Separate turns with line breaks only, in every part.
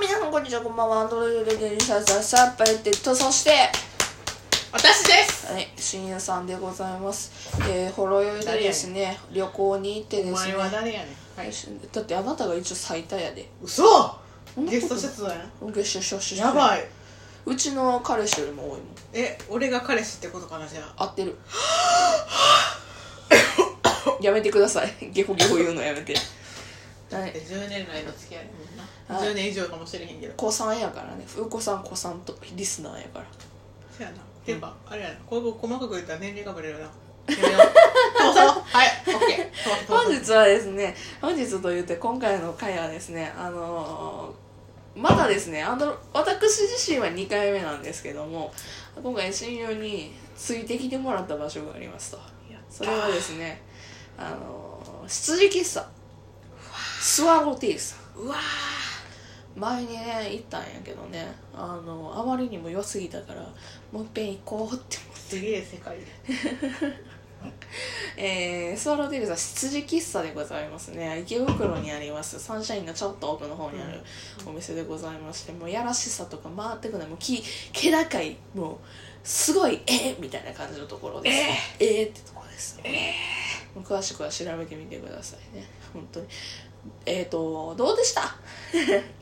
皆さんこんにちはこんばんはドロドロデリシャスシャープレテッドそして
私です
はい深夜さんでございますえー、ほろ酔いでですね旅行に行って
お
ですね
前は誰やねんはい
だってあなたが一応最多やで
嘘
そんなこと
ゲスト出演
ゲシュシュシュシュ
やばいう
ちの彼氏よりも多いもん
え俺が彼氏ってことかなじゃあ
合ってる やめてくださいゲホゲホ言うのやめ てはい
え10年来の付き合いもんな、
はい
10年以上かもしれへんけど
子さんやからねうこさん子さんとリスナーやから
そやなていうか、あれやなこういう細かく言ったら年齢がバレる なやめよう飛ばそうはいオッケー飛ばそう飛ばそう
本日はですね本日といって今回の回はですねあのーまだですねあの私自身は2回目なんですけども今回親友についてきてもらった場所がありますと
やった
それはですねあのー羊喫茶スワロティーさん
うわ
前にね行ったんやけどねあのあまりにも良すぎたからもういっぺん行こうって
ーすげえ世界
えー、スワローディールさん羊喫茶でございますね池袋にありますサンシャインのちょっと奥の方にあるお店でございましてもうやらしさとか回ってくないもうき気高いもうすごいえー、みたいな感じのところですえー、ってとこですえー、詳しくは調べてみてくださいね本当にえっ、ー、とどうでした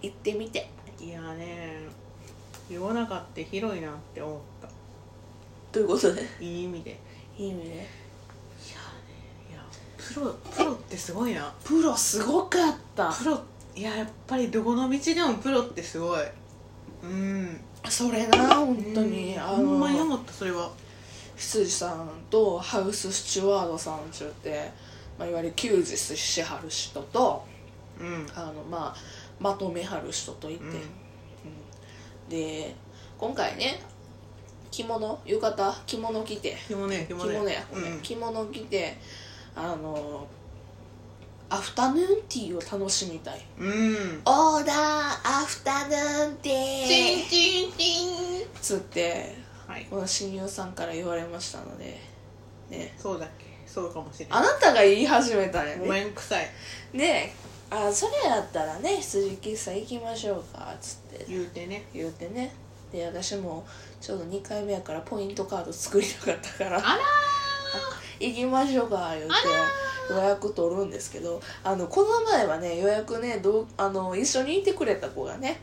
行ってみて
いやね世の中って広いなって思った
ということで
いい意味でい
いいね
やプロプロってすごいな
プロすごかった
プロいややっぱりどこの道でもプロってすごいうん
それな本当に、
うん
あの
ほんまに思ったそれは
羊さんとハウススチュワードさんちゅって、まあ、いわゆる給仕しはる人と
うん
あの、まあ、まとめはる人といて、
うん
うんで今回ね着物浴衣着物着て
着物ね着
着
物ね
物やごめん、
うん
着物着てあのアフタヌーンティーを楽しみたい
うん
オーダーアフタヌーンティー
チンチン
つって
はい
この親友さんから言われましたのでね
そうだっけそうかもしれな
あ
い
なたが言い始めたんや
ご
ね
めんくさい
であそれやったらね羊喫茶行きましょうかっつって
言うてね
言うてねで私もちょうど2回目やからポイントカード作りたかったから
あら
行きましょうか言うて予約取るんですけどあのこの前はね予約ねどうあの一緒にいてくれた子がね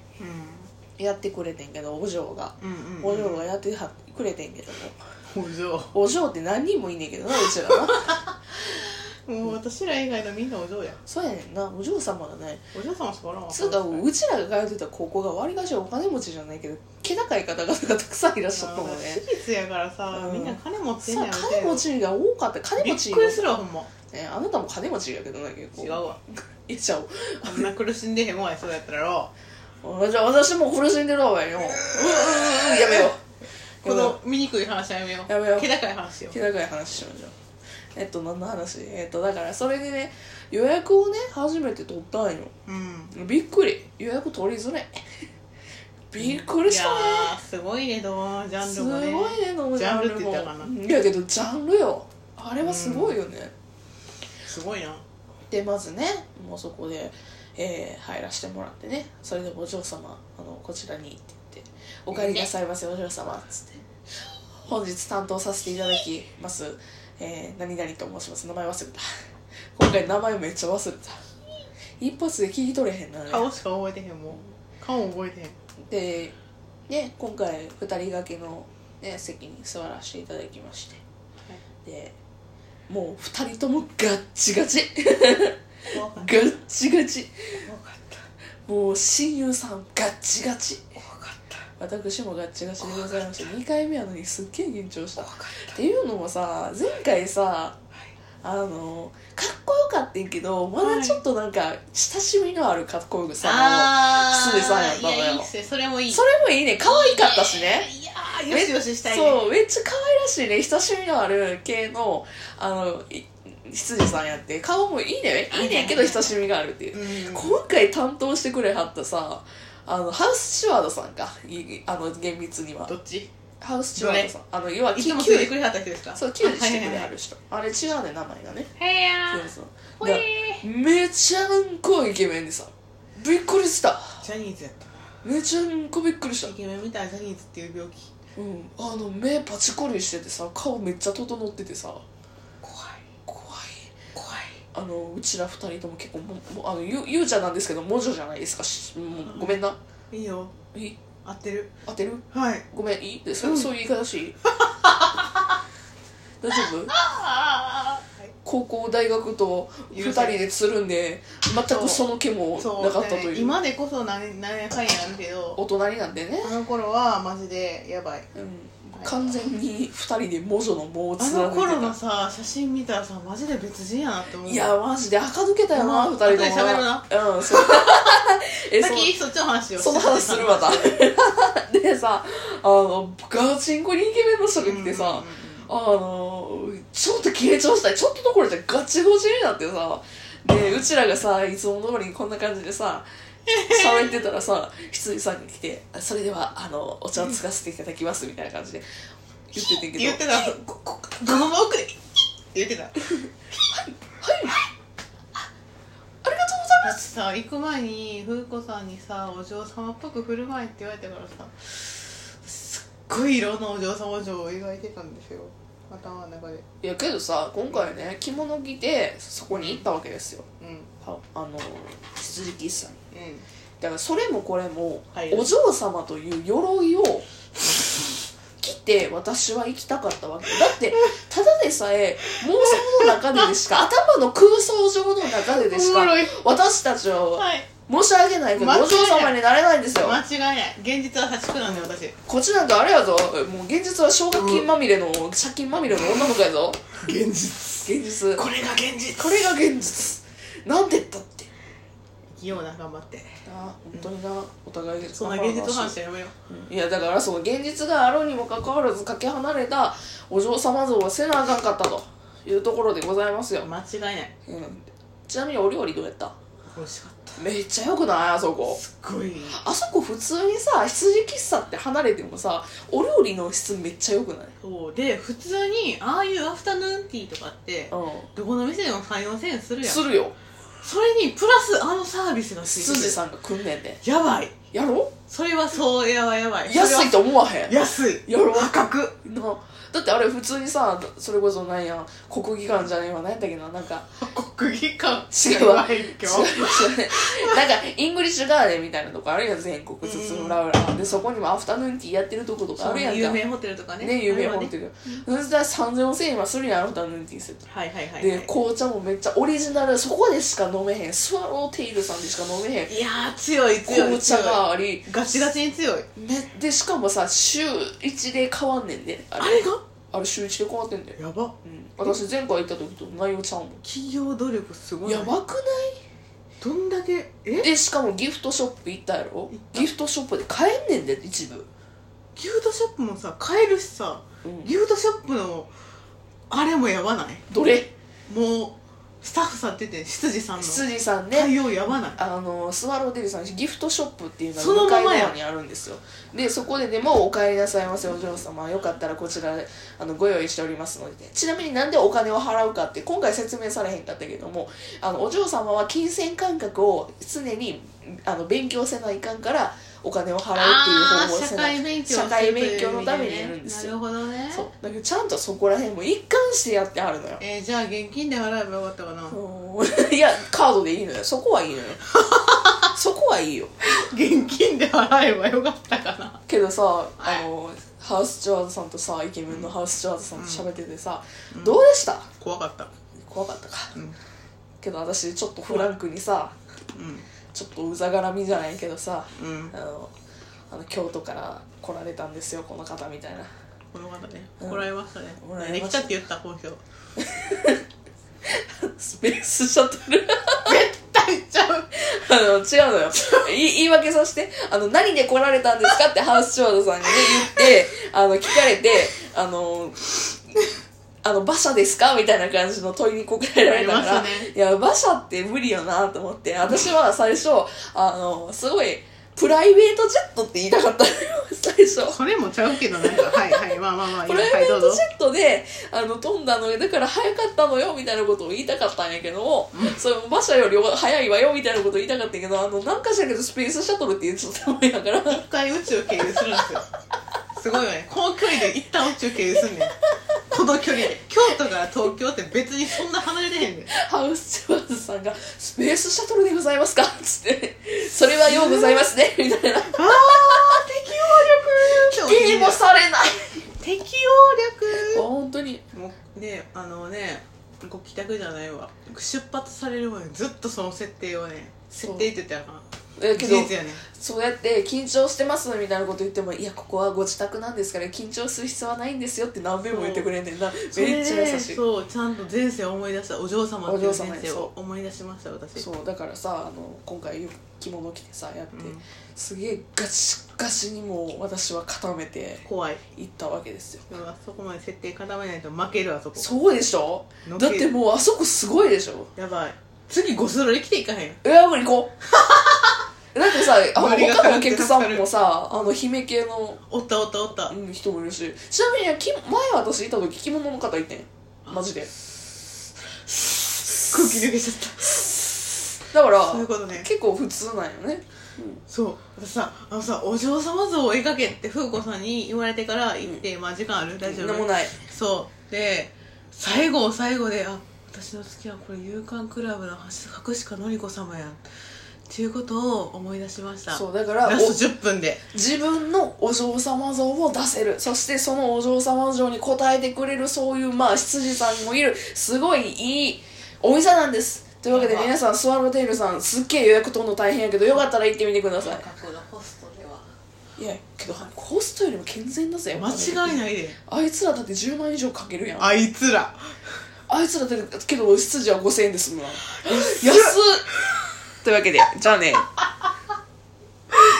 ー
やってくれてんけどお嬢が
うんうんうん
お嬢がやってはくれてんけども
お嬢
お嬢って何人もいんねんけどなうちらな
もう私ら以外のみんなお嬢や
そうやねんなお嬢様だね
お嬢様しかおらんわ
つうかうちらが通ってた高校がわりかしお金持ちじゃないけど気高い方々がたくさんいらっしゃったもんね
私立やからさ
うん
みんな金持ってん
さ
ね
あ金
や
持ちが多かった金
び
持
っ
ち
くりするわほんま
ね、あなたも金持ちやけどな結構
違うわ
いやちゃう
こんな苦しんでへんわそうやったらろ
あじゃあ私も苦しんでるわようううううやめよう
この醜い話はやめよう
やめよう
気高い話よ
気高い話しましょうえっと何の話えっとだからそれでね予約をね初めて取ったんよ
うん
びっくり予約取りづ らいびっくりした
い
ね
やーすごいねどうジャン
す
ルも
ごい
ね
ねノブジャンルも
ジャンルって言ったかない
やけどジャンルよあれはすごいよね、
すごいな
でまずねもうそこで、えー入らせてもらってねそれでお嬢様あのこちらにって言って「お帰りなさいませ、お嬢様」っつって「本日担当させていただきます、えー何々と申します名前忘れた今回名前めっちゃ忘れた一発で聞き取れへんなね
顔しか覚えてへんもん顔覚えてへん
で、ね、今回2人掛けの、ね、席に座らせていただきまして、でもう2人ともガッチガチ
怖か
ガ
っ
ッチガチ
た怖かった
もう親友さんガッチガチ
怖かった
私もガッチガチでございまして2回目やのにすっげえ緊張したっ
怖かった
ていうのもさ前回さあのかっこよかったんけどまだちょっとなんか親しみのあるかっこよくさ、
あ
失礼さんやったのよ
いやいいっすねそれもいい
それもいいね可愛かったしね
いやーよしよししたいね
そうめっちゃ可愛らしいね親しみのある系のあのい羊さんやって顔もいいねいいねんけど親しみがあるっていう、
うん
今回担当してくれはったさあのハウスチュワードさんかいいあの厳密には
どっち
ハウスチュワードさんあの要はいき
つも
給
来て
仕
くれはった人ですか
そう給仕してくれ
は
はる人あれ違うね名前がね
いはいは
そ
いへ
う
え
そう
ほ
だ
え
からめちゃんこイケメンでさびっくりした
ジャニーズやった
めちゃんこびっくりした
イケメンみたいなジャニーズっていう病気
うんあの目パチコリしててさ顔めっちゃ整っててさ
怖い
怖い
怖い
あのうちら二人とも結構ももあのゆゆうちゃんなんですけど文女じゃないですかしもうごめんない
いよ
え
合ってる
当てる
はい
ごめんいいでそ,、
うん
そういう言い方してい い大丈夫
あ
高校大学と二人でつるんで全くその気も
そう
なかったという
ね今でこそなんなんやかんやあるけど
大人になんでね、
あの頃はマジでやばい
うん、完全に二人で文女のもを
あ
つ
の頃の
て
さ写真見たらさマジで別人やなって思
た
う
いやマジで垢抜けたよな
うん
二人とも
後で喋ろう
うんそう えそう
先そっちの話を
その話するま たでさあのガチンコにイケメンの人が来てさ、
うんうんうん
あのちょっと傾聴したいちょっとどころじゃガチゴチになってさでうちらがさいつも通りにこんな感じでさ喋ってたらさ羊さんが来て「それではあのお茶をつかせていただきます」みたいな感じで言っててんけど
言ってたここどの奥で言ってただっ
あ
て
りがとうございます
さ行く前に風子さんにさお嬢様っぽく振る舞いって言われたからさすっごいいろんなお嬢様嬢を描いてたんですよ頭の中で
いやけどさ今回ね着物着てそこに行ったわけですよ
うんうん
ああの羊喫茶にだからそれもこれも
はい
お嬢様という鎧を着て私は行きたかったわけだってただでさえ妄想の中ででしか頭の空想上の中ででし
おも
か
ろい
私たちは
はい
申し訳ないけど
間違い
お
ない
嬢様になれないんですよ
間違いない現実は8区なんで私
こっちなんかあれやぞもう現実は奨学金まみれの借金まみれの女の子やぞ
現実
現実こ
これが現実
れが現実なんでだって
生きような頑張って
なあ本当になお互いで
そんな現実の話はやめよう
いやだからその現実があろうにもかかわらずかけ離れたお嬢様像はせなあかんかったというところでございますよ、
間違いない
うん、ちなみにお料理どうやった
美味しかった
めっちゃよくないあそこ
すっごい
あそこ普通にさ羊喫茶って離れてもさお料理の質めっちゃよくない
そうで普通にああいうアフタヌーンティーとかって
う
どこの店でも3 4千円する
ん
やん
するよ
それにプラスあのサービスがつい
羊
て
さんが来んねんで
るやばい
やろ
それはそうやばいやばい
安いと思わへ
そ
ん
れは安い
やろ
破格
なだってあれ普通にさそれこそなんや国技館じゃねえわ何やったっけななんか
国技館
違うわ
い今
そうそうねなんかイングリッシュガーデンみたいなとこあるやん全国津々浦々でそこにもアフタヌーンティーやってるとことかあるやん
有
かね
名ホテルとかね
有名ホ
あれは
テ
ね
ルそしたら30004000円はするやんアフタヌーンティーセット
はいはいはい
で
は
紅茶もめっちゃオリジナルそこでしか飲めへんスワローテイルさんでしか飲めへん
いいやー強い強い強い
紅茶があり
ガチガチに強い
めでしかもさ週1で変わんねんであ
あ
れ
れが
あれ週1で変わってんだよ、
やば
うん、私前回行った時と内容ちゃうも
企業努力すご
ん
い
やばくない
どんだけえ
でしかもギフトショップ行ったやろ
行った
ギフトショップで買えんねんで一部、
ギフトショップもさ買えるしさ
うん、
ギフトショップのあれもやばない
どれ
もうスタッフさんって言って羊さんの
羊さんね
対応やばない
あのスワローデリさんギフトショップっていうの
その
が向
まま
か
や
い側にあるんですよでそこででも「お帰りなさいませお嬢様よかったらこちらあのご用意しておりますので」ちなみになんでお金を払うかって今回説明されへんかったけどもあのお嬢様は金銭感覚を常にあの勉強せないかんからお金を払うっていう方
あ
法を
ー
せ
社
ない
会勉強
社会勉強のためにやるんです
なる
よ
ほどね
そうだけどちゃんとそこら辺も一貫してやってはるのよ
えー、じゃあ現金で払えばよかったかな
うんいやカードでいいのよそこはいい のよそこはいいよ
現金で払えばよかったかな
けどさあのハウスチュワーズさんとさイケメンのハウスチュワーズさんと喋っててさ、どうでした
怖かった
怖かったか
うん
けど私ちょっとフランクにさちょっとうざがらみじゃないけどさ
うんうん
あのあの京都から来られたんですよこの方みたいな
この方ね
うん
こらえましたね
こらえ
で
まし
き
た
たって言った本票
スペースシャトル
大ちゃう
あの違うのよい言い訳させてあの何で来られたんですかってハウスチュワーズさんにね言ってあの聞かれてあのあの馬車ですかみたいな感じの問いに答えられたか
あ
ら、
りましたね
いや馬車って無理よなと思って私は最初あのすごいプライベートジェットって言いたかったのよ最初
それもちゃうけど なんかはいはいまあまあまあいい
プ
よ
ライ
はい
ベ
ど
ー
う
ト
ぞ
ジェットであの飛んだのよだから早かったのよみたいなことを言いたかったんやけども、その馬車より早いわよみたいなことを言いたかったんやけどあのなんかしらけどスペースシャトルって言ってたもんやから
一回宇宙経由するんですよすごいよねこの距離で一旦宇宙経由すんねんこの距離で京都から東京って別にそんな離れてへんねん
ハウスチュワーズさんが「スペースシャトルでございますか?」っつって「それはようございますね」みたいな
ああ適応力
「いいもされない」
適応力
本当に
もうねあのねご帰宅じゃないわ出発される前にずっとその設定をね
そう
設定って言ったらあかん
だけど
事実やね
そうやって緊張してますみたいなこと言っても「いやここはご自宅なんですから緊張する必要はないんですよ」って何遍も言ってくれんねんな
それ
めっちゃ
で
優しい
そうちゃんと前世を思い出したお嬢様
お
っていう
嬢様
前
ね
世を
そ
思い出しました私
そうだからさあの今回着物着てさやって、
うん
すげえガシガシにもう私は固めて
怖い
いったわけですよ
でもあそこまで設定固めないと負けるあそこ
そうでしょ
のけ
だってもうあそこすごいでしょ
やばい次ゴスロリ来ていかへん
いや無理行こ うだってさあの
ノリが
他のお
変わって
客さんもさあの姫系の、
おったおったおった
うん、人もいるしちなみにき前私いた時着物の方いてんマジで
空気抜けちゃった
だから
そういうことね
結構普通なんよね、
そう私さあのさお嬢様像を描けって風子さんに言われてから行って、まあ時間ある大丈
なんも
夫
ない
そうで最後最後であ私の好きはこれ勇敢クラブの白鹿のり子様やんっていうことを思い出しました
そうだから
ラ
お
スト10分で
自分のお嬢様像を出せるそしてそのお嬢様像に応えてくれるそういうまあ羊さんもいるすごいいいお店なんですというわけで皆さんスワローテイルさんすっげえ予約取るの大変やけどよかったら行ってみてくださ
去のホストではい
いやけどコストよりも健全だぜ
間違い
い
ないで
あいつらだって10万以上かけるやんあ
あいつら
いつらだってけど羊は5000円ですもん安っというわけでじゃあね